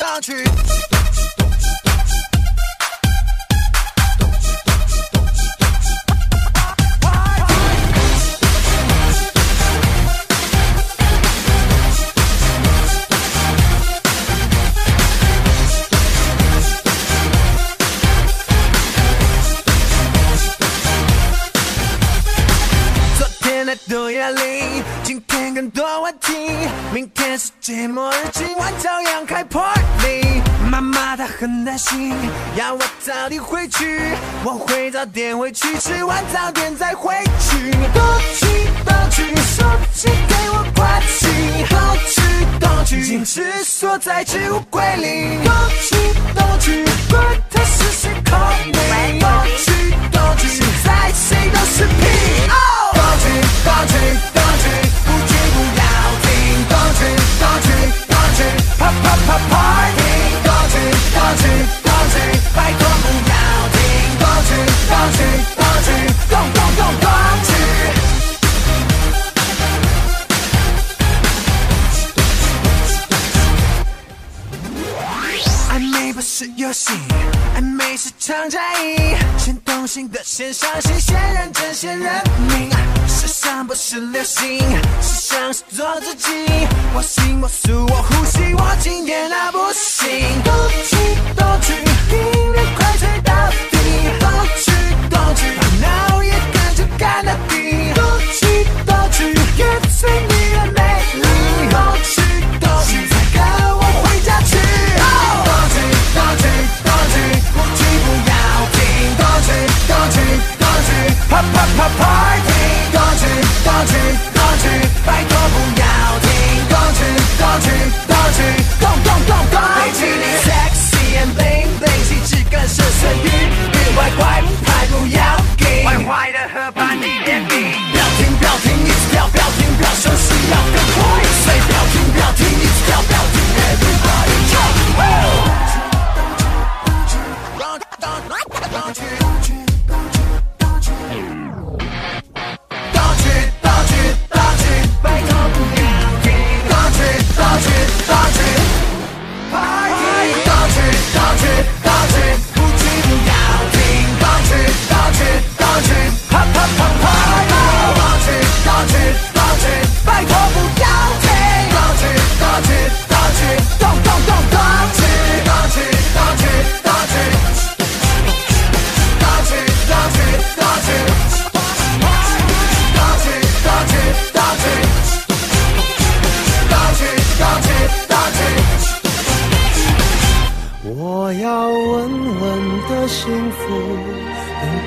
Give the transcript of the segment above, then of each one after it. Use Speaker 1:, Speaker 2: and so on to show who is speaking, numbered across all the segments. Speaker 1: 浪去，昨天的毒哑铃，今天更多问题，明天世界末日，今晚照样开 party。妈妈她很担心，要我早点回去，我会早点回去，吃完早点再回去。都去都去，手机给我关机。都去都去，矜持锁在置物柜里。都去都去，管他是谁 call me。都去都去，现在谁都是屁。哦都去都去都去，不去不要停。都去都去都去，啪啪啪 party。都去都去都去，拜托不要停。都去都去都去，动动动动去。暧昧不是游戏，暧昧是场战役，先动心的先伤心，先认真先认命。时尚不是流行，时尚是做自己。我行我素我呼吸，我今天那不行。都去都去，音乐快吹到底。都去都去，烦恼也跟着干到底。都去都去，也随你的美丽。都去都去，现在跟我回家去。都去都去都去，不去不要停。都去都去都去，啪啪啪 party。都去都去都去，拜托不要停。都去都去都去，动动动动起你 sexy and bling bling，气质更胜胜欲欲，坏坏牌不要停。坏坏的和盘你点名，不要停不要停，一直跳不要停，不要休息要更快，所以不要停不要停，一直跳不要停，everybody jump。拜托不要停！道具，道具，道具，动动动道具，道具，道具，道具。道具，道具，道具，道具，道具，道具，道具，道具，道具。我要稳稳的幸福，能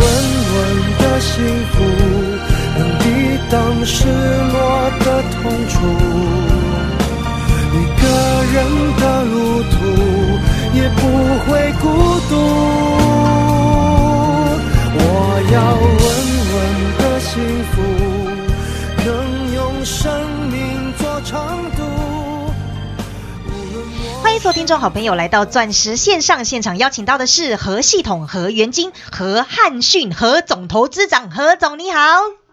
Speaker 1: 稳稳的幸福，能抵挡失落的痛楚。一个人的路途也不会孤独。我要稳稳的幸福，能用生命做长度。无论我。
Speaker 2: 欢迎所有听众好朋友来到钻石线上现场，邀请到的是何系统、何元金、何汉逊、何总投资长，何总你好。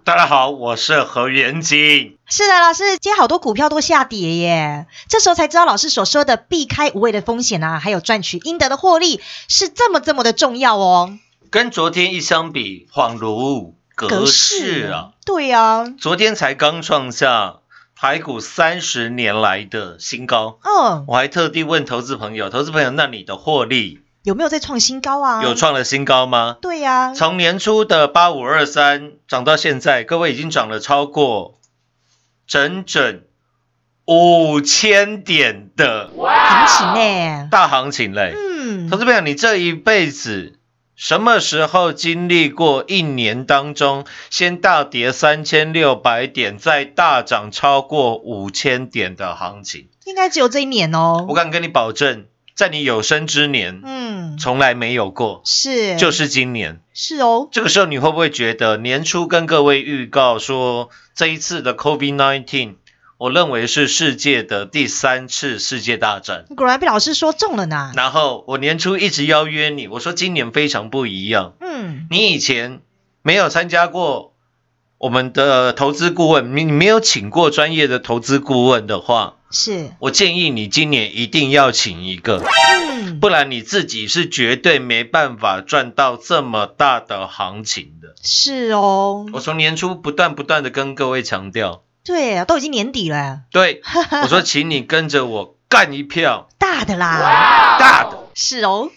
Speaker 3: 大家好，我是何元金。
Speaker 2: 是的，老师，今天好多股票都下跌耶，这时候才知道老师所说的避开无谓的风险啊，还有赚取应得的获利是这么这么的重要哦。
Speaker 3: 跟昨天一相比，恍如隔世啊！
Speaker 2: 对啊，
Speaker 3: 昨天才刚创下台股三十年来的新高。
Speaker 2: 嗯，
Speaker 3: 我还特地问投资朋友，投资朋友，那你的获利
Speaker 2: 有没有在创新高啊？
Speaker 3: 有。创了新高吗？
Speaker 2: 对呀、
Speaker 3: 从年初的八五二三涨到现在，各位已经涨了超过整整五千点的
Speaker 2: 行情呢？
Speaker 3: 大行情嘞。
Speaker 2: 嗯
Speaker 3: 投，资朋友，你这一辈子什么时候经历过一年当中先大跌三千六百点，再大涨超过五千点的行情？
Speaker 2: 应该只有这一年哦
Speaker 3: 我。敢跟你保证，在你有生之年，
Speaker 2: 嗯，
Speaker 3: 从来没有过，
Speaker 2: 是，
Speaker 3: 就是今年。
Speaker 2: 是哦。
Speaker 3: 这个时候你会不会觉得年初跟各位预告说，这一次的 COVID-19，我认为是世界的第三次世界大战？
Speaker 2: 果然被老师说中了呢。
Speaker 3: 然后我年初一直邀约你，我说今年非常不一样。
Speaker 2: 嗯，
Speaker 3: 你以前没有参加过我们的投资顾问，你你没有请过专业的投资顾问的话，
Speaker 2: 是。
Speaker 3: 我建议你今年一定要请一个，
Speaker 2: 嗯，
Speaker 3: 不然你自己是绝对没办法赚到这么大的行情的。
Speaker 2: 是哦。
Speaker 3: 我从年初不断不断的跟各位强调，
Speaker 2: 对啊，都已经年底了，
Speaker 3: 对我说，请你跟着我干一票
Speaker 2: 大的啦。
Speaker 3: 大的。
Speaker 2: 是哦。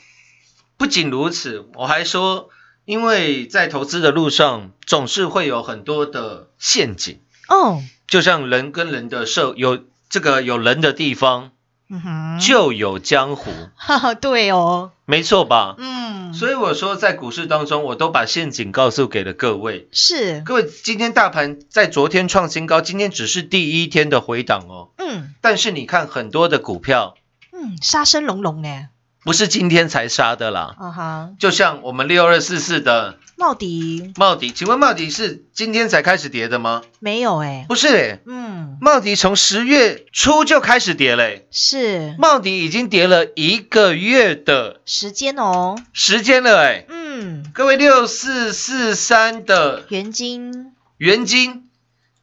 Speaker 3: 不仅如此，我还说，因为在投资的路上总是会有很多的陷阱。
Speaker 2: 哦。
Speaker 3: 就像人跟人的社有这个有人的地方
Speaker 2: 嗯哼。
Speaker 3: 就有江湖，
Speaker 2: 哈哈，对哦。
Speaker 3: 没错吧？
Speaker 2: 嗯，
Speaker 3: 所以我说，在股市当中，我都把陷阱告诉给了各位。
Speaker 2: 是。
Speaker 3: 各位，今天大盘在昨天创新高，今天只是第一天的回档哦。
Speaker 2: 嗯
Speaker 3: 但是你看，很多的股票
Speaker 2: 嗯，杀声隆隆呢。
Speaker 3: 不是今天才杀的啦。
Speaker 2: 啊哈，
Speaker 3: 就像我们六二四四的
Speaker 2: 茂迪
Speaker 3: 茂迪，请问茂迪是今天才开始跌的吗？
Speaker 2: 没有哎、
Speaker 3: 不是诶，
Speaker 2: 嗯，
Speaker 3: 茂迪从十月初就开始跌嘞、
Speaker 2: 是
Speaker 3: 茂迪已经跌了一个月的
Speaker 2: 时间哦。
Speaker 3: 时间了、哎，
Speaker 2: 嗯，
Speaker 3: 各位六四四三的
Speaker 2: 原金
Speaker 3: 元金，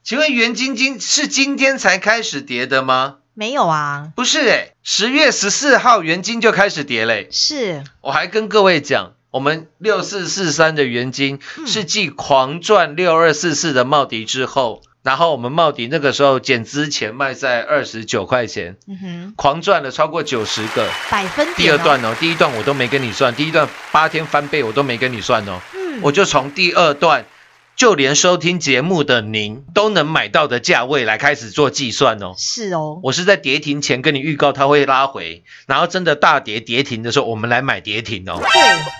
Speaker 3: 请问元金今是今天才开始跌的吗？
Speaker 2: 没有啊？
Speaker 3: 不是、哎，十月十四号元金就开始跌嘞、
Speaker 2: 是
Speaker 3: 我还跟各位讲，我们六四四三的元金
Speaker 2: 嗯
Speaker 3: 是继狂赚六二四四的茂迪之后，然后我们茂迪那个时候减资前卖在二十九块钱，
Speaker 2: 嗯哼，
Speaker 3: 狂赚了超过九十个。
Speaker 2: 百分点、哦。
Speaker 3: 第二段哦，第一段我都没跟你算，第一段八天翻倍我都没跟你算哦，
Speaker 2: 嗯，
Speaker 3: 我就从第二段，就连收听节目的您都能买到的价位来开始做计算哦。
Speaker 2: 是哦，
Speaker 3: 我是在跌停前跟你预告它会拉回，然后真的大跌跌停的时候，我们来买跌停哦。
Speaker 2: 对，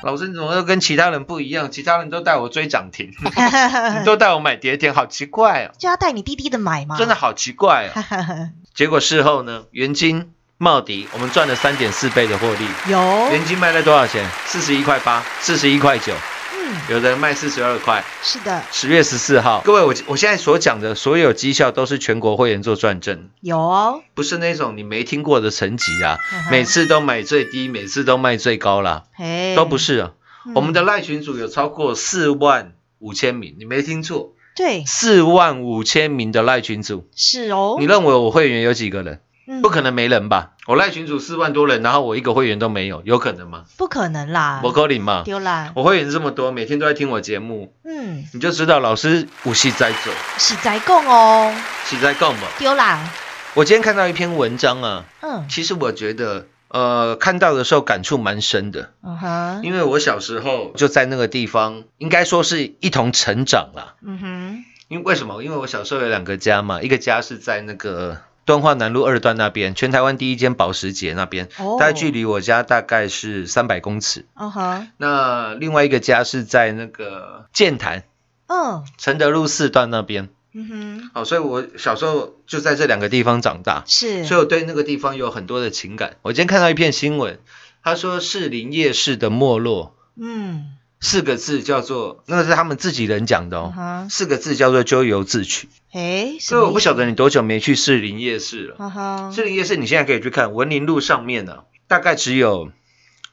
Speaker 3: 老师，你怎么又跟其他人不一样？其他人都带我追涨停，你都带我买跌停，好奇怪哦，
Speaker 2: 就要带你弟弟的买嘛。
Speaker 3: 真的，好奇怪 哦。结果事后呢，元金、茂迪，我们赚了三点四倍的获利。
Speaker 2: 有，
Speaker 3: 原金卖在多少钱？四十一块八，四十一块九，
Speaker 2: 嗯，
Speaker 3: 有的人卖四十二块。
Speaker 2: 是的，
Speaker 3: 十月十四号，各位，我我现在所讲的所有绩效都是全国会员做转正，
Speaker 2: 有哦，
Speaker 3: 不是那种你没听过的层级啊
Speaker 2: 嗯，哼
Speaker 3: 每次都买最低，每次都卖最高啦，
Speaker 2: 嘿，
Speaker 3: 都不是啊。
Speaker 2: 嗯，
Speaker 3: 我们的赖群组有超过四万五千名，你没听错，
Speaker 2: 对
Speaker 3: 四万五千名的赖群组，
Speaker 2: 是哦，
Speaker 3: 你认为我会员有几个人？
Speaker 2: 嗯
Speaker 3: 不可能没人吧？我赖群组四万多人，然后我一个会员都没有，有可能吗？
Speaker 2: 不可能啦，
Speaker 3: 我扣零嘛？
Speaker 2: 丢啦，
Speaker 3: 我会员这么多，每天都在听我节目，
Speaker 2: 嗯，
Speaker 3: 你就知道老师五戏在走，
Speaker 2: 是在供哦，
Speaker 3: 戏在干嘛？
Speaker 2: 丢啦，
Speaker 3: 我今天看到一篇文章啊，
Speaker 2: 嗯
Speaker 3: 其实我觉得，呃，看到的时候感触蛮深的，
Speaker 2: 嗯哼，
Speaker 3: 因为我小时候就在那个地方，应该说是一同成长啦。
Speaker 2: 嗯哼，
Speaker 3: 因为为什么？因为我小时候有两个家嘛，一个家是在那个敦化南路二段那边，全台湾第一间保时捷那边，
Speaker 2: 哦
Speaker 3: 大概距离我家大概是三百公尺。
Speaker 2: 嗯哼，
Speaker 3: 那另外一个家是在那个建潭
Speaker 2: 嗯
Speaker 3: 承德路四段那边。
Speaker 2: 嗯哼，
Speaker 3: 哦，所以我小时候就在这两个地方长大，
Speaker 2: 是，
Speaker 3: 所以我对那个地方有很多的情感。我今天看到一篇新闻，他说士林夜市的没落
Speaker 2: 嗯
Speaker 3: 四个字叫做，那个是他们自己人讲的
Speaker 2: 嗯
Speaker 3: 哦，
Speaker 2: 哼，
Speaker 3: 四个字叫做咎由自取。
Speaker 2: 哎，
Speaker 3: 所以我不晓得你多久没去士林夜市了。
Speaker 2: 嗯哼，
Speaker 3: 士林夜市你现在可以去看，文林路上面呢、大概只有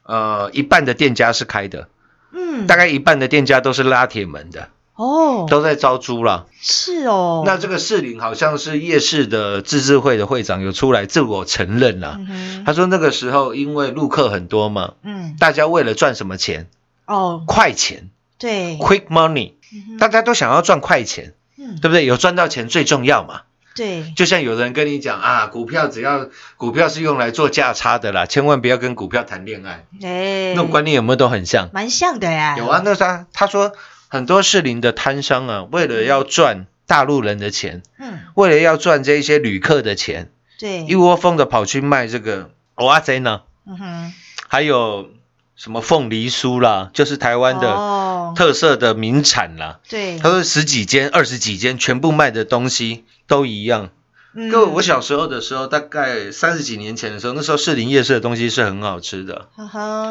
Speaker 3: 呃一半的店家是开的，
Speaker 2: 嗯，
Speaker 3: 大概一半的店家都是拉铁门的，
Speaker 2: 哦，
Speaker 3: 都在招租啦。
Speaker 2: 是哦，
Speaker 3: 那这个士林好像是夜市的自治会的会长有出来自我承认啦、
Speaker 2: 嗯哼，
Speaker 3: 他说那个时候因为陆客很多嘛，
Speaker 2: 嗯
Speaker 3: 大家为了赚什么钱？
Speaker 2: 哦，
Speaker 3: 快钱
Speaker 2: 对，
Speaker 3: ，quick money，
Speaker 2: 嗯哼
Speaker 3: 大家都想要赚快钱，
Speaker 2: 嗯
Speaker 3: 对不对？有赚到钱最重要嘛。
Speaker 2: 对，
Speaker 3: 就像有人跟你讲啊，股票只要股票是用来做价差的啦，千万不要跟股票谈恋爱。
Speaker 2: 哎，
Speaker 3: 那种观念有没有都很像？
Speaker 2: 蛮像的哎，
Speaker 3: 有啊，，那他他说很多士林的摊商啊，为了要赚大陆人的钱，
Speaker 2: 嗯，
Speaker 3: 为了要赚这一些旅客的钱，
Speaker 2: 对，
Speaker 3: 一窝蜂的跑去卖这个蚵仔煎啊呢，
Speaker 2: 嗯哼，
Speaker 3: 还有什么凤梨酥啦，就是台湾的
Speaker 2: 哦，
Speaker 3: 特色的名产啦。
Speaker 2: 对，
Speaker 3: 他说十几间、二十几间，全部卖的东西都一样。
Speaker 2: 嗯
Speaker 3: 各位，我，小时候的时候，大概三十几年前的时候，那时候士林夜市的东西是很好吃的。
Speaker 2: 呵
Speaker 3: 哦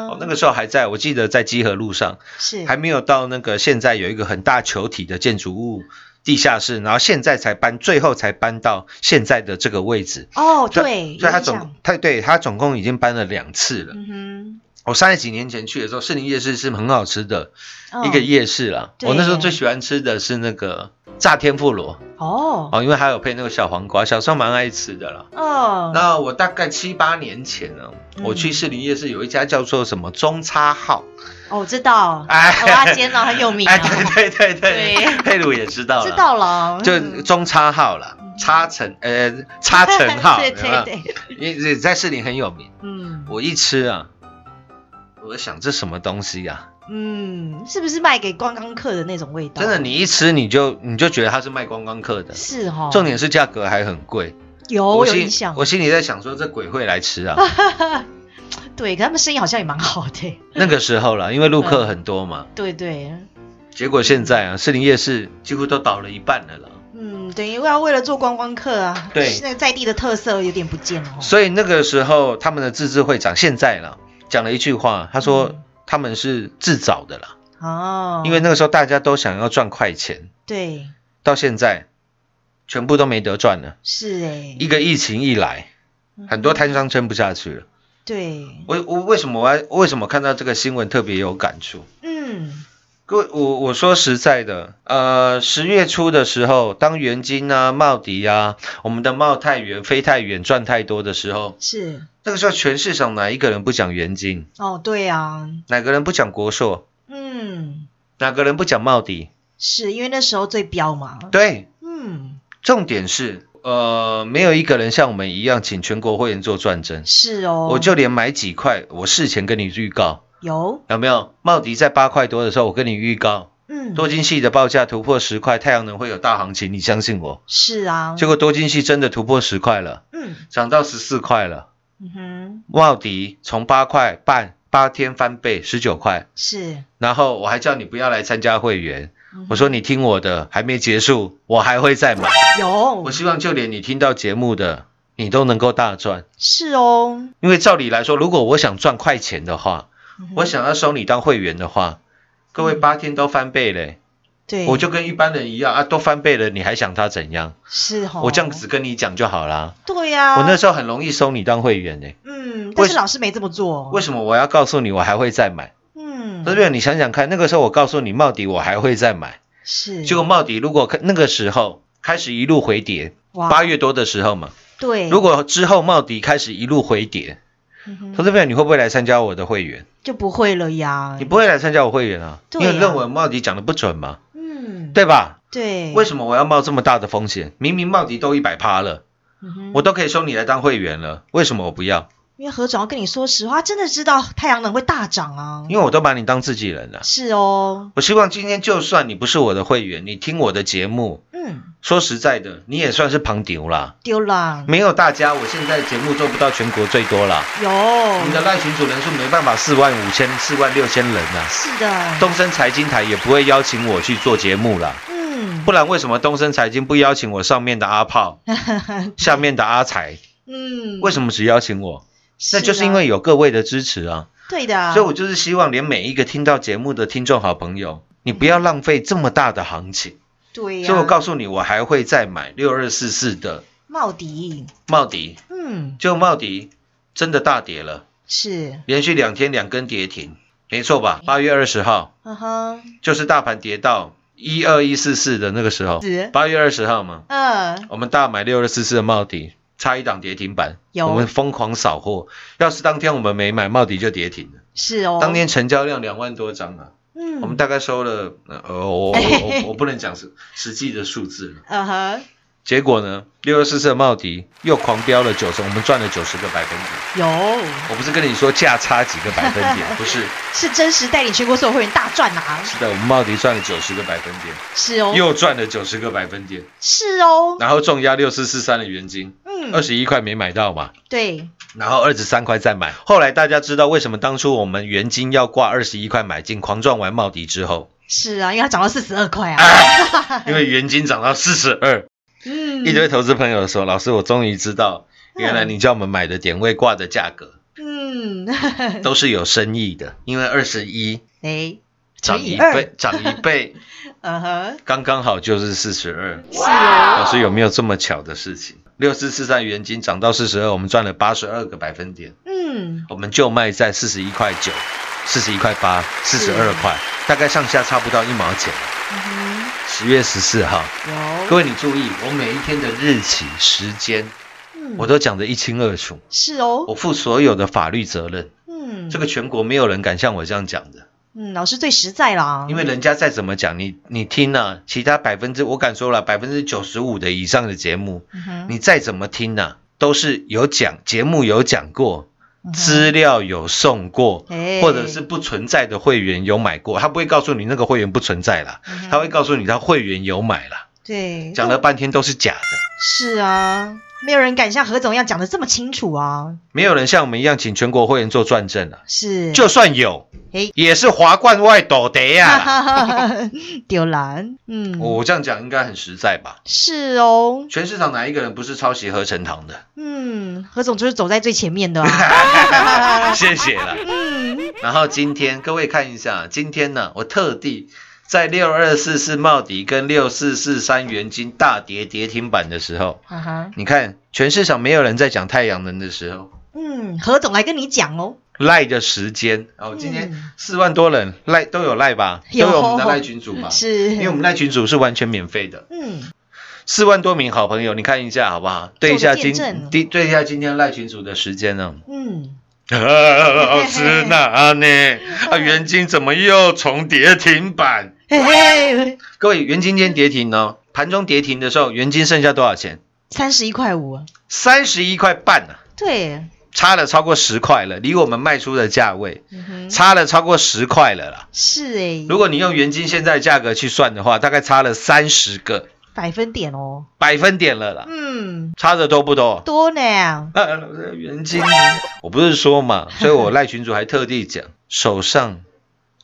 Speaker 2: 呵，，
Speaker 3: 那个时候还在，我记得在基河路上，
Speaker 2: 是
Speaker 3: 还没有到那个现在有一个很大球体的建筑物地下室，然后现在才搬，最后才搬到现在的这个位置。
Speaker 2: 哦，
Speaker 3: 所以
Speaker 2: 对，
Speaker 3: 所以他
Speaker 2: 有印
Speaker 3: 总
Speaker 2: 象，
Speaker 3: 他对他总共已经搬了两次了。
Speaker 2: 嗯
Speaker 3: 我三十几年前去的时候，士林夜市是很好吃的、
Speaker 2: 哼，哦
Speaker 3: 一个夜市
Speaker 2: 嗯
Speaker 3: 啦。
Speaker 2: 对
Speaker 3: 我那时候最喜欢吃的是那个炸天妇罗
Speaker 2: 哦，
Speaker 3: 哦，因为还有配那个小黄瓜，小时候蛮爱吃的啦。
Speaker 2: 哦，
Speaker 3: 那我大概七八年前呢、
Speaker 2: 嗯
Speaker 3: 我去士林夜市有一家叫做什么中叉号，
Speaker 2: 哦，我知道，
Speaker 3: 哎
Speaker 2: 我阿煎哦，很有名
Speaker 3: 哎，
Speaker 2: 啊，
Speaker 3: 对对对对，
Speaker 2: 对
Speaker 3: 佩鲁也知道 了，
Speaker 2: 知道了，
Speaker 3: 就
Speaker 2: 嗯
Speaker 3: 中叉号啦，叉城呃叉城号，
Speaker 2: 对
Speaker 3: 有没有
Speaker 2: 对，对，
Speaker 3: 因为在士林很有名。
Speaker 2: 嗯
Speaker 3: 我一吃啊，我在想这什么东西呀、
Speaker 2: 嗯，是不是卖给观光客的那种味道？
Speaker 3: 真的，你一吃你就你就觉得它是卖观光客的，
Speaker 2: 是哦，
Speaker 3: 重点是价格还很贵。
Speaker 2: 有我有
Speaker 3: 心
Speaker 2: 印象
Speaker 3: 我，心里在想说这鬼会来吃 啊。
Speaker 2: 对，可他们生意好像也蛮好的，
Speaker 3: 那个时候啦，因为陆客很多嘛，
Speaker 2: 对对，
Speaker 3: 结果现在啊，士林夜市几乎都倒了一半了啦。
Speaker 2: 嗯，等于要为了做观光客啊，
Speaker 3: 对
Speaker 2: 那个在地的特色有点不见了哦，
Speaker 3: 所以那个时候他们的自治会长现在啦，讲了一句话，他说
Speaker 2: 嗯
Speaker 3: 他们是自找的啦，
Speaker 2: 哦，
Speaker 3: 因为那个时候大家都想要赚快钱，
Speaker 2: 对
Speaker 3: 到现在全部都没得赚了。
Speaker 2: 是哎，
Speaker 3: 一个疫情一来，很多摊商撑不下去了。
Speaker 2: 对，
Speaker 3: 我我为什么我要为什么看到这个新闻特别有感触？
Speaker 2: 嗯
Speaker 3: 各位，我我说实在的，呃，十月初的时候，当元金啊、茂迪啊、我们的茂太元、飞太远赚太多的时候，
Speaker 2: 是
Speaker 3: 那个时候全市场哪一个人不讲元金？
Speaker 2: 哦，对啊，
Speaker 3: 哪个人不讲国硕？
Speaker 2: 嗯，
Speaker 3: 哪个人不讲茂迪？
Speaker 2: 是因为那时候最彪嘛，
Speaker 3: 对，
Speaker 2: 嗯，
Speaker 3: 重点是，呃，没有一个人像我们一样请全国会员做转正。
Speaker 2: 是哦，
Speaker 3: 我就连买几块，我事前跟你预告，
Speaker 2: 有，
Speaker 3: 有没有？茂迪在八块多的时候，我跟你预告，
Speaker 2: 嗯，
Speaker 3: 多晶系的报价突破十块，太阳能会有大行情，你相信我？
Speaker 2: 是啊，
Speaker 3: 结果多晶系真的突破十块了，
Speaker 2: 嗯
Speaker 3: 涨到十四块了。
Speaker 2: 嗯哼，
Speaker 3: 茂迪从八块半八天翻倍，十九块。
Speaker 2: 是，
Speaker 3: 然后我还叫你不要来参加会员，
Speaker 2: 嗯
Speaker 3: 我说你听我的，还没结束，我还会再买。
Speaker 2: 有
Speaker 3: 我，希望就连你听到节目的，你都能够大赚。
Speaker 2: 是哦，
Speaker 3: 因为照理来说，如果我想赚快钱的话，
Speaker 2: 嗯哼
Speaker 3: 我想要收你当会员的话，各位八天都翻倍嘞，
Speaker 2: 对，
Speaker 3: 我就跟一般人一样啊，都翻倍了，你还想他怎样？
Speaker 2: 是哦，啊
Speaker 3: 我这样子跟你讲就好啦。
Speaker 2: 对呀、
Speaker 3: 我那时候很容易收你当会员呢、
Speaker 2: 嗯，但
Speaker 3: 为
Speaker 2: 是老师没这么做，
Speaker 3: 为什么我要告诉你我还会再买？
Speaker 2: 哦嗯，
Speaker 3: 这边你想想看，那个时候我告诉你茂迪我还会再买，
Speaker 2: 是，
Speaker 3: 结果茂迪如果那个时候开始一路回跌，
Speaker 2: 哇嗯
Speaker 3: 八月多的时候嘛，
Speaker 2: 对，
Speaker 3: 如果之后茂迪开始一路回跌，
Speaker 2: 嗯哼
Speaker 3: 投资朋友你会不会来参加我的会员？
Speaker 2: 就不会了呀
Speaker 3: 你，不会来参加我会员啊？
Speaker 2: 哎对
Speaker 3: 因
Speaker 2: 啊
Speaker 3: 为认为茂迪讲的不准嘛，
Speaker 2: 嗯，
Speaker 3: 对吧？
Speaker 2: 对，
Speaker 3: 为什么我要冒这么大的风险？明明茂迪都一百趴了，
Speaker 2: 嗯哼
Speaker 3: 我都可以收你来当会员了，为什么我不要？
Speaker 2: 因为何总要跟你说实话，真的知道太阳能会大涨啊，
Speaker 3: 因为我都把你当自己人了。
Speaker 2: 是哦，
Speaker 3: 我希望今天就算你不是我的会员，你听我的节目，
Speaker 2: 嗯，
Speaker 3: 说实在的，你也算是旁牛啦。
Speaker 2: 丢啦，
Speaker 3: 没有大家，我现在节目做不到全国最多啦。
Speaker 2: 有，
Speaker 3: 我们的赖群主人数没办法四万五千、四万六千人啦。
Speaker 2: 是的，
Speaker 3: 东森财经台也不会邀请我去做节目啦。
Speaker 2: 嗯，
Speaker 3: 不然为什么东森财经不邀请我上面的阿炮，下面的阿财？
Speaker 2: 嗯，
Speaker 3: 为什么只邀请我？那
Speaker 2: 啊
Speaker 3: 就是因为有各位的支持啊，
Speaker 2: 对的，
Speaker 3: 所以我就是希望连每一个听到节目的听众好朋友，你不要浪费这么大的行情。
Speaker 2: 对呀、
Speaker 3: 所以我告诉你，我还会再买六二四四的
Speaker 2: 茂迪，
Speaker 3: 茂迪，
Speaker 2: 嗯，
Speaker 3: 就茂迪真的大跌了，
Speaker 2: 是，
Speaker 3: 连续两天两根跌停，没错吧？八月二十号
Speaker 2: 呵呵，
Speaker 3: 就是大盘跌到一二一四四的那个时候，
Speaker 2: 是，
Speaker 3: 八月二十号嘛，
Speaker 2: 嗯，
Speaker 3: 我们大买六二四四的茂迪，差一档跌停板，
Speaker 2: 有
Speaker 3: 我们疯狂扫货。要是当天我们没买，茂迪就跌停了。
Speaker 2: 是哦，
Speaker 3: 当天成交量两万多张啊，
Speaker 2: 嗯，
Speaker 3: 我们大概收了，呃，我我我我不能讲实实际的数字了，
Speaker 2: 嗯哼，
Speaker 3: 结果呢，六六四四的茂迪又狂飙了九十，我们赚了九十个百分点。
Speaker 2: 有，
Speaker 3: 我不是跟你说价差几个百 分点，不是，
Speaker 2: 是真实带领全国所有会员大赚啊！
Speaker 3: 是的，我们茂迪赚了九十个百分点，
Speaker 2: 是哦，
Speaker 3: 又赚了九十个百分点，
Speaker 2: 是哦，
Speaker 3: 然后重压六四四三的原金，二
Speaker 2: 嗯，
Speaker 3: 十一块没买到嘛，
Speaker 2: 对，
Speaker 3: 然后二十三块再买。后来大家知道为什么当初我们原金要挂二十一块买进，狂赚完茂迪之后，
Speaker 2: 是啊，因为它涨到四十二块啊，
Speaker 3: 啊、因为原金涨到四十二，
Speaker 2: 嗯，
Speaker 3: 一堆投资朋友说，老师我终于知道，原来你叫我们买的点位挂的价格
Speaker 2: 嗯，
Speaker 3: 都是有深意的，因为二十一
Speaker 2: 哎，乘
Speaker 3: 涨
Speaker 2: 以
Speaker 3: 一
Speaker 2: 二
Speaker 3: 倍，涨一 倍。
Speaker 2: 嗯哼，
Speaker 3: 刚刚好就是四十二。
Speaker 2: 是哦，
Speaker 3: 老师有没有这么巧的事情？六四四三原金涨到四十二，我们赚了八十二个百分点，
Speaker 2: 嗯，
Speaker 3: 我们就卖在四十一块九、四十一块八、四十二块，大概上下差不到一毛钱。
Speaker 2: 嗯
Speaker 3: 十月十四号，
Speaker 2: 哼，有，
Speaker 3: 各位你注意，我每一天的日期、时间，
Speaker 2: 嗯
Speaker 3: 我都讲得一清二楚，
Speaker 2: 是哦，
Speaker 3: 我负所有的法律责任。
Speaker 2: 嗯，
Speaker 3: 这个全国没有人敢像我这样讲的，
Speaker 2: 嗯，老师最实在啦，
Speaker 3: 因为人家再怎么讲，你你听啊，其他百分之我敢说了，百分之九十五的以上的节目，
Speaker 2: 嗯哼，
Speaker 3: 你再怎么听呢、都是有讲节目有讲过，
Speaker 2: 嗯哼
Speaker 3: 资料有送过，
Speaker 2: 哎
Speaker 3: 或者是不存在的会员有买过，他不会告诉你那个会员不存在啦，
Speaker 2: 嗯哼
Speaker 3: 他会告诉你他会员有买啦。
Speaker 2: 对
Speaker 3: 讲了半天都是假的，
Speaker 2: 是啊，没有人敢像何总一样讲的这么清楚啊，
Speaker 3: 没有人像我们一样请全国会员做转正啊，
Speaker 2: 是，
Speaker 3: 就算有
Speaker 2: 哎，
Speaker 3: 也是华冠外斗 的呀。
Speaker 2: 丢蓝，嗯，
Speaker 3: 啊我这样讲应该很实在吧？
Speaker 2: 是哦，
Speaker 3: 全市场哪一个人不是抄袭合成堂的？，
Speaker 2: 嗯，何总就是走在最前面的啊
Speaker 3: 谢谢啦。
Speaker 2: 嗯，
Speaker 3: 然后今天各位看一下，今天呢，我特地在六二四四茂迪跟六四四三元金大跌跌停板的时候，
Speaker 2: 哈哈，
Speaker 3: 你看全市场没有人在讲太阳能的时候，
Speaker 2: 嗯，何总来跟你讲哦，
Speaker 3: 赖的时间哦，今天
Speaker 2: 嗯
Speaker 3: 四万多人赖都有赖吧，都
Speaker 2: 有
Speaker 3: 有我们的赖群主吧，
Speaker 2: 是，
Speaker 3: 因为我们赖群主是完全免费的，
Speaker 2: 嗯，
Speaker 3: 四万多名好朋友，你看一下好不好？对一下今
Speaker 2: 做个见证哦
Speaker 3: 对对一下今天赖群主的时间呢、
Speaker 2: 嗯
Speaker 3: 啊，老师那 呢？啊，元金怎么又重跌停板？
Speaker 2: 嘿嘿，
Speaker 3: 各位，元金今天跌停呢，盘中跌停的时候，元金剩下多少钱？
Speaker 2: 三十一块五啊，
Speaker 3: 三十一块半啊，
Speaker 2: 对，
Speaker 3: 差了超过十块了，离我们卖出的价位
Speaker 2: 嗯哼，
Speaker 3: 差了超过十块了啦。
Speaker 2: 是哎，
Speaker 3: 如果你用元金现在价格去算的话，大概差了三十个
Speaker 2: 百分点哦，
Speaker 3: 百分点了啦，
Speaker 2: 嗯，
Speaker 3: 差的多不多？
Speaker 2: 多呢，
Speaker 3: 啊，老师元金，我不是说嘛，所以我赖群主还特地讲，手上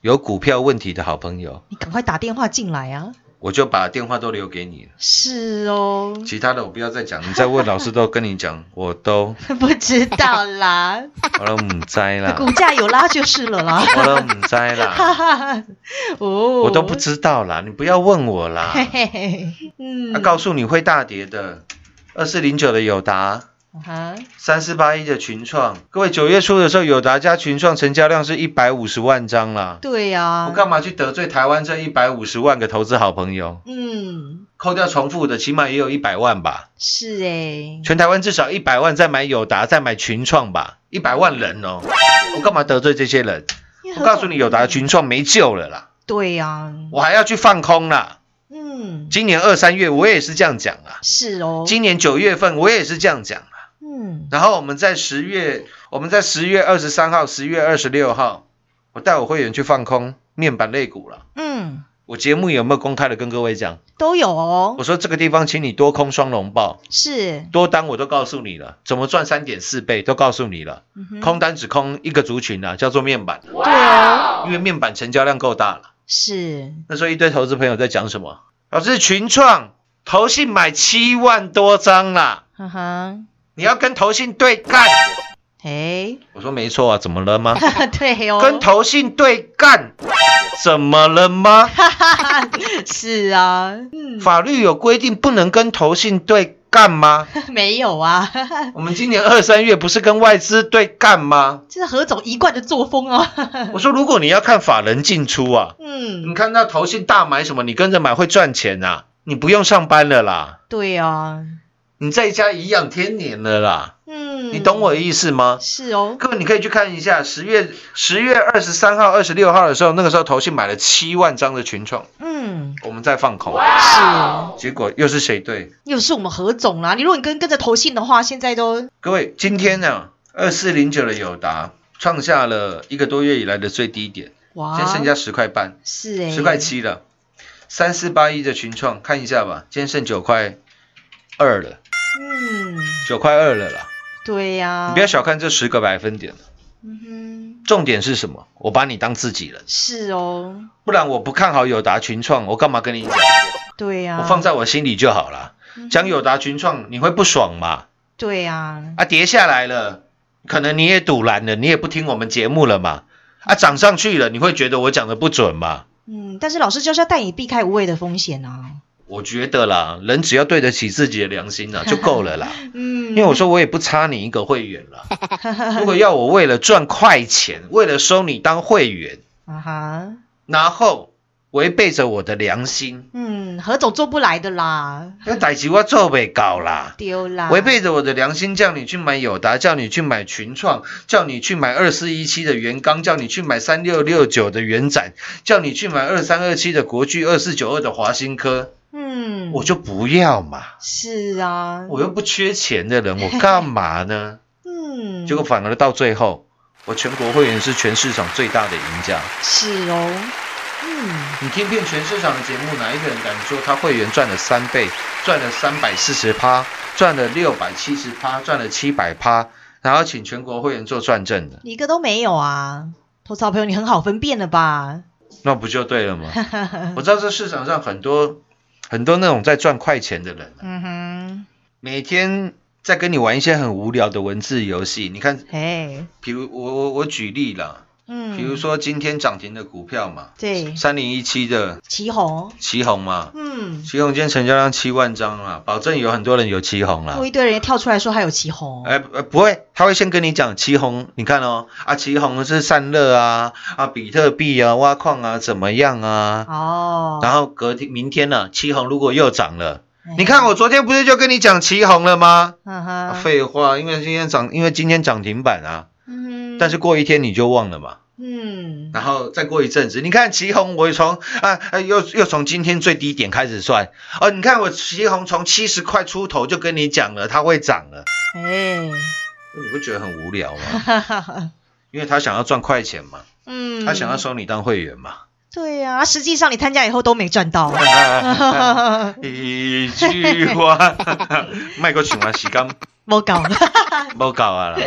Speaker 3: 有股票问题的好朋友，
Speaker 2: 你赶快打电话进来啊，
Speaker 3: 我就把电话都留给你了。
Speaker 2: 是哦，
Speaker 3: 其他的我不要再讲，你再问老师都跟你讲，我都
Speaker 2: 不知道 啦，
Speaker 3: 我都唔知 啦，
Speaker 2: 股价有拉就是了 啦。
Speaker 3: 我都唔知
Speaker 2: 哈
Speaker 3: 啦，
Speaker 2: 哈，哦，
Speaker 3: 我都不知道啦，你不要问 我啦。
Speaker 2: 嘿嘿嘿，嗯，
Speaker 3: 他告诉你会大跌的，二四零九的友达，
Speaker 2: 啊，
Speaker 3: 三四八一的群创，各位九月初的时候，友达加群创成交量是一百五十万张啦。
Speaker 2: 对啊呀，
Speaker 3: 我干嘛去得罪台湾这一百五十万个投资好朋友？
Speaker 2: 嗯，
Speaker 3: 扣掉重复的，起码也有一百万吧。
Speaker 2: 是哎，
Speaker 3: 全台湾至少一百万在买友达，在买群创吧，一百万人哦。我干嘛得罪这些人？ 我告诉你，友达群创没救了啦，
Speaker 2: 对啊呀，
Speaker 3: 我还要去放空啦。
Speaker 2: 嗯，
Speaker 3: 今年二三月我也是这样讲啊，
Speaker 2: 是哦，
Speaker 3: 今年九月份我也是这样讲啊。
Speaker 2: 嗯，
Speaker 3: 然后我们在十月，我们在十月二十三号、十月二十六号，我带我会员去放空面板类股了。
Speaker 2: 嗯，
Speaker 3: 我节目有没有公开的跟各位讲？
Speaker 2: 都有哦，
Speaker 3: 我说这个地方，请你多空双龙报，
Speaker 2: 是，
Speaker 3: 多单我都告诉你了，怎么赚三点四倍都告诉你了。
Speaker 2: 嗯哼
Speaker 3: 空单只空一个族群啊，叫做面板，
Speaker 2: 对哦，
Speaker 3: 因为面板成交量够大了。
Speaker 2: 是，
Speaker 3: 那时候一堆投资朋友在讲什么？老师，群创投信买七万多张啦，
Speaker 2: 哈哈，
Speaker 3: 你要跟投信对干。
Speaker 2: 哎，
Speaker 3: 我说没错啊，怎么了吗？
Speaker 2: 对哦，
Speaker 3: 跟投信对干，怎么了吗？
Speaker 2: 是啊， 嗯，
Speaker 3: 法律有规定不能跟投信对干吗？
Speaker 2: 没有啊，
Speaker 3: 我们今年二三月不是跟外资对干吗？
Speaker 2: 这是何总一贯的作风哦，
Speaker 3: 我说如果你要看法人进出啊，你
Speaker 2: 嗯，
Speaker 3: 看到投信大买什么，你跟着买会赚钱啊，你不用上班了啦，
Speaker 2: 对啊，
Speaker 3: 你在家颐养天年了啦。
Speaker 2: 嗯，
Speaker 3: 你懂我的意思吗？
Speaker 2: 是哦，
Speaker 3: 各位，你可以去看一下十月十月二十三号、二十六号的时候，那个时候投信买了七万张的群创，
Speaker 2: 嗯，
Speaker 3: 我们再放空，
Speaker 2: 是，
Speaker 3: 结果又是谁对？
Speaker 2: 又是我们何总啦。你如果你跟跟着投信的话，现在都
Speaker 3: 各位，今天呢、二四零九的友达创下了一个多月以来的最低点，
Speaker 2: 哇，
Speaker 3: 现在剩下十块半，
Speaker 2: 是哎、
Speaker 3: 十块，七了。三四八一的群创，看一下吧，今天剩九块二了，
Speaker 2: 嗯，
Speaker 3: 九块二了啦。
Speaker 2: 对呀、
Speaker 3: 你不要，小看这十个百分点，
Speaker 2: 嗯哼，
Speaker 3: 重点是什么？我把你当自己人，
Speaker 2: 是哦，
Speaker 3: 不然我不看好友达群创，我干嘛跟你讲？
Speaker 2: 对啊呀、
Speaker 3: 我放在我心里就好了。
Speaker 2: 嗯
Speaker 3: 讲友达群创，你会不爽嘛？
Speaker 2: 对呀、
Speaker 3: 啊，跌下来了，可能你也堵拦了，你也不听我们节目了嘛？啊，涨上去了，你会觉得我讲的不准嘛？
Speaker 2: 嗯，但是老师就是要带你避开无谓的风险啊，
Speaker 3: 我觉得啦，人只要对得起自己的良心啦，就够了啦。
Speaker 2: 嗯，
Speaker 3: 因为我说我也不差你一个会员啦。如果要我为了赚快钱，为了收你当会员，
Speaker 2: 啊哈，
Speaker 3: 然后违背着我的良心，
Speaker 2: 嗯，何总做不来的啦，
Speaker 3: 那代志我做未到啦。
Speaker 2: 丢啦，
Speaker 3: 违背着我的良心，叫你去买友达，叫你去买群创，叫你去买二四一七的元刚，叫你去买三六六九的元展，叫你去买二三二七的国巨，二四九二的华新科，
Speaker 2: 嗯，
Speaker 3: 我就不要嘛。
Speaker 2: 是啊，
Speaker 3: 我又不缺钱的人，我干嘛呢？
Speaker 2: 嗯，
Speaker 3: 结果反而到最后，我全国会员是全市场最大的赢家。
Speaker 2: 是哦，嗯，
Speaker 3: 你听遍全市场的节目，哪一个人敢说他会员赚了三倍，赚了三百四十趴，赚了六百七十趴，赚了七百趴，然后请全国会员做转正的，
Speaker 2: 你一个都没有啊，投资好朋友你很好分辨了吧？
Speaker 3: 那不就对 了吗？我知道这市场上很多很多那种在赚快钱的人啊、
Speaker 2: 嗯哼，
Speaker 3: 每天在跟你玩一些很无聊的文字游戏。你看，
Speaker 2: 哎，
Speaker 3: 比如我我我举例啦，
Speaker 2: 嗯，
Speaker 3: 比如说今天涨停的股票嘛，
Speaker 2: 对，
Speaker 3: 三零一七的
Speaker 2: 旗红，
Speaker 3: 旗红嘛，
Speaker 2: 嗯，
Speaker 3: 旗红今天成交量七万张啊，保证有很多人有旗红啦
Speaker 2: 我。一堆人跳出来说还有旗红，
Speaker 3: 啊哎、呃不会，他会先跟你讲旗红，你看哦，啊，旗红是散热啊，啊，比特币啊，挖矿啊，怎么样啊？
Speaker 2: 哦，
Speaker 3: 然后隔天明天呢、旗红如果又涨了，
Speaker 2: 哎
Speaker 3: 你看我，昨天不是就跟你讲旗红了吗？
Speaker 2: 嗯
Speaker 3: 啊
Speaker 2: 哼，
Speaker 3: 废话，因为今天涨，因为今天涨停板啊，
Speaker 2: 嗯，
Speaker 3: 但是，啊过一天你就忘了嘛。
Speaker 2: 嗯，
Speaker 3: 然后再过一阵子，你看旗红，我从啊啊又又从今天最低点开始算哦。你看我旗红从七十块出头就跟你讲了，它会涨了，
Speaker 2: 哎，
Speaker 3: 你不觉得很无聊吗？
Speaker 2: 哈哈哈，
Speaker 3: 因为他想要赚快钱嘛，
Speaker 2: 嗯，
Speaker 3: 他想要，收你当会员嘛。
Speaker 2: 对呀、啊，实际上你参加以后都没赚到，
Speaker 3: 啊 一句话， 卖过请完洗干
Speaker 2: 我搞了，
Speaker 3: 不搞啊啦，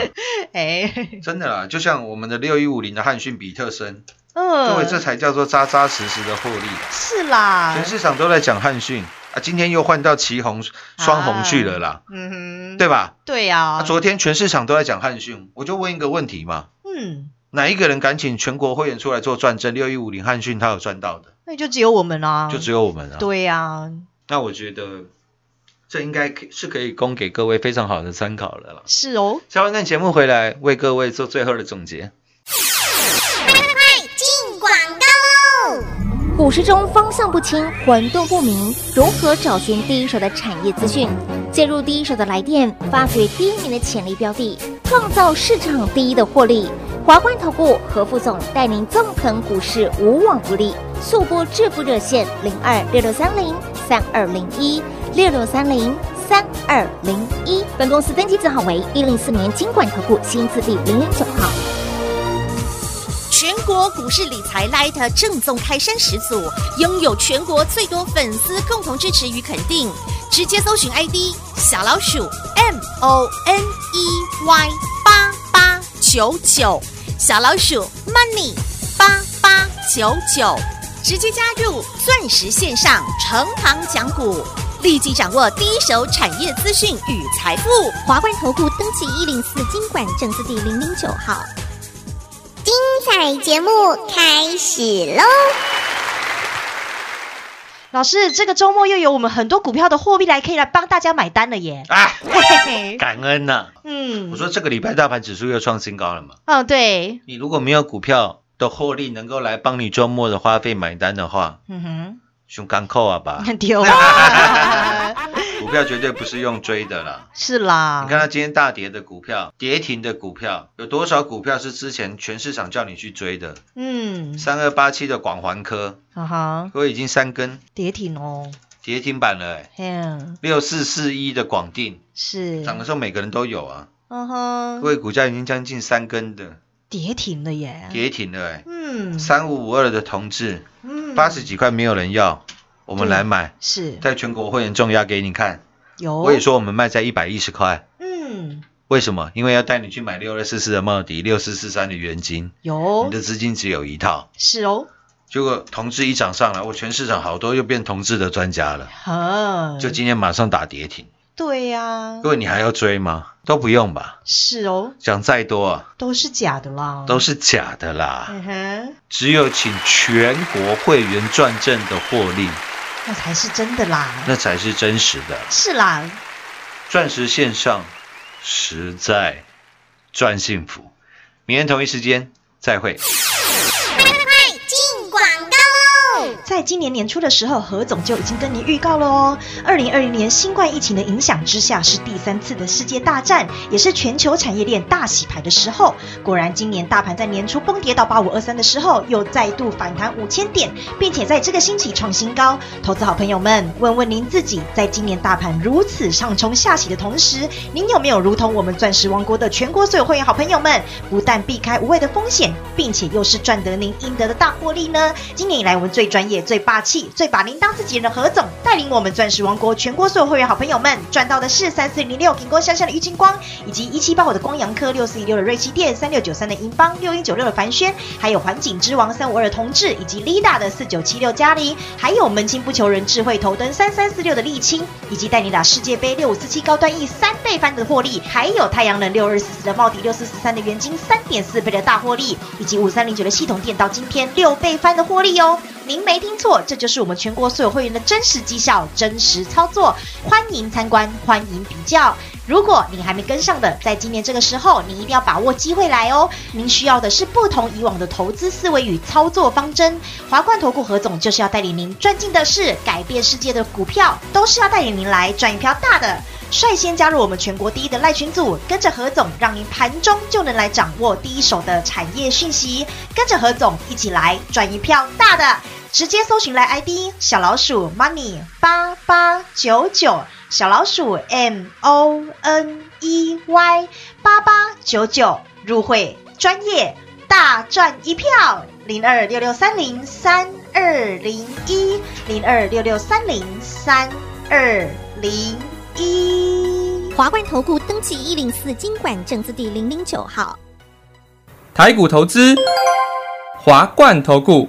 Speaker 2: 哎，
Speaker 3: 真的啦，就像我们的六一五零的汉逊比特森，
Speaker 2: 嗯，
Speaker 3: 各位这才叫做扎扎实实的获利啊。
Speaker 2: 是啦，
Speaker 3: 全市场都在讲汉逊啊，今天又换到旗红双红去了啦，
Speaker 2: 啊嗯哼，
Speaker 3: 对吧？
Speaker 2: 对呀、
Speaker 3: 啊，昨天全市场都在讲汉讯，我就问一个问题嘛，
Speaker 2: 嗯，
Speaker 3: 哪一个人敢请全国会员出来做转正？六一五零汉讯他有赚到的，
Speaker 2: 那就只有我们啦、
Speaker 3: 就只有我们啊。，
Speaker 2: 对呀、
Speaker 3: 那我觉得这应该可是可以供给各位非常好的参考了啦。
Speaker 2: 是哦，
Speaker 3: 下完看节目回来为各位做最后的总结。
Speaker 4: 进广告喽！股市中方向不清、混沌不明，如何找寻第一手的产业资讯？介入第一手的来电，发掘第一名的潜力标的，创造市场第一的获利。华冠投顾何副总带领纵横股市，无往不利。速播致富热线零二六六三零三二零一六六三零三二零一。本公司登记字号为一零四年经管投顾新字第零零九号。全国股市理财 Light 正宗开山始祖，拥有全国最多粉丝共同支持与肯定。直接搜寻 ID 小老鼠 M O N E Y 八八九九，小老鼠 Money 八八九九，直接加入钻石线上成行讲股，立即掌握第一手产业资讯与财富。华冠投顾登记一零四经管证字第零零九号。彩节目开始喽！
Speaker 2: 老师，这个周末又有我们很多股票的货币来可以来帮大家买单了 耶。
Speaker 3: 啊，
Speaker 2: 嘿嘿嘿
Speaker 3: 感恩呐、
Speaker 2: 嗯，
Speaker 3: 我说这个礼拜大盘指数又创新高了嘛，
Speaker 2: 嗯，对，
Speaker 3: 你如果没有股票的获利能够来帮你周末的花费买单的话，
Speaker 2: 嗯
Speaker 3: 熊干扣啊吧。
Speaker 2: 哼，丢啊！
Speaker 3: 股票绝对不是用追的啦。
Speaker 2: 是啦，
Speaker 3: 你看它今天大跌的股票，跌停的股票，有多少股票是之前全市场叫你去追的？
Speaker 2: 嗯，
Speaker 3: 三二八七的广环科，
Speaker 2: 啊哈，
Speaker 3: 各位已经三根
Speaker 2: 跌停哦，
Speaker 3: 跌停板了、欸。
Speaker 2: 嘿啊，
Speaker 3: 六四四一的广定，
Speaker 2: 是，
Speaker 3: 涨的时候每个人都有啊。
Speaker 2: 嗯
Speaker 3: 各
Speaker 2: 哼，
Speaker 3: 位股价已经将近三根的
Speaker 2: 跌停了耶，
Speaker 3: 跌停了、欸。
Speaker 2: 嗯，
Speaker 3: 三五五二的同志，
Speaker 2: 嗯
Speaker 3: 八十几块没有人要，我们来买，
Speaker 2: 是
Speaker 3: 在全国会员重压给你看。
Speaker 2: 有，
Speaker 3: 我也，说我们卖在一百一十块，
Speaker 2: 嗯，
Speaker 3: 为什么？因为要带你去买六二四四的茂迪，六四四三的元金，
Speaker 2: 有
Speaker 3: 你，的资金只有一套。
Speaker 2: 是哦，
Speaker 3: 结果同志一涨上来，我全市场好多又变同志的专家了，
Speaker 2: 呵，
Speaker 3: 就今天马上打跌停。
Speaker 2: 对呀
Speaker 3: 各，位，你还要追吗？都不用吧，
Speaker 2: 是哦，
Speaker 3: 讲再多啊，
Speaker 2: 都是假的啦，
Speaker 3: 都，是假的啦。
Speaker 2: 嗯哼，
Speaker 3: 只有请全国会员赚正的获利，
Speaker 2: 那才是真的啦，
Speaker 3: 那才是真实的。
Speaker 2: 是啦，
Speaker 3: 钻石线上，实在赚幸福。明天同一时间再会。
Speaker 4: 进广告喽！
Speaker 2: 在今年年初的时候，何总就已经跟您预告了哦。二零二零年新冠疫情的影响之下，是第三次的世界大战，也是全球产业链大洗牌的时候。果然，今年大盘在年初崩跌到八五二三的时候，又再度反弹五千点，并且在这个星期创新高。投资好朋友们，问问您自己，在今年大盘如此上冲下洗的同时，您有没有如同我们钻石王国的全国所有会员好朋友们，不但避开无谓的风险，并且又是赚得您应得的大获利呢？今年以来，我们最专业、最霸气、最把铃铛自己人的何总，带领我们钻石王国全国所有会员好朋友们赚到的是三四零六苹果香香的郁金光，以及一七八五的光阳科、六四一六的瑞奇电、三六九三的银邦、六一九六的凡轩，还有环境之王三五二的同志，以及 Lida 的四九七六嘉玲，还有门清不求人智慧头灯三三四六的沥青，以及带你打世界杯六五四七高端 E 三倍翻的获利，还有太阳能六二四四的茂迪六四四三的元金三点四倍的大获利，以及五三零九的系统电到今天六倍翻的获利哦。您没听错，这就是我们全国所有会员的真实绩效、真实操作，欢迎参观，欢迎比较。如果你还没跟上的，在今年这个时候，你一定要把握机会来哦。您需要的是不同以往的投资思维与操作方针。华冠投顾何总就是要带领您赚进的是改变世界的股票，都是要带领您来赚一票大的。率先加入我们全国第一的赖群组，跟着何总，让您盘中就能来掌握第一手的产业讯息。跟着何总一起来赚一票大的，直接搜寻来 ID 小老鼠 money 八八九九，小老鼠 m o n e y 八八九九入会，专业大赚一票。零二六六三零三二零一，零二六六三零三二零一。
Speaker 4: 华冠投顾登记一零四经管证字第零零九号。
Speaker 5: 台股投资，华冠投顾。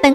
Speaker 4: 本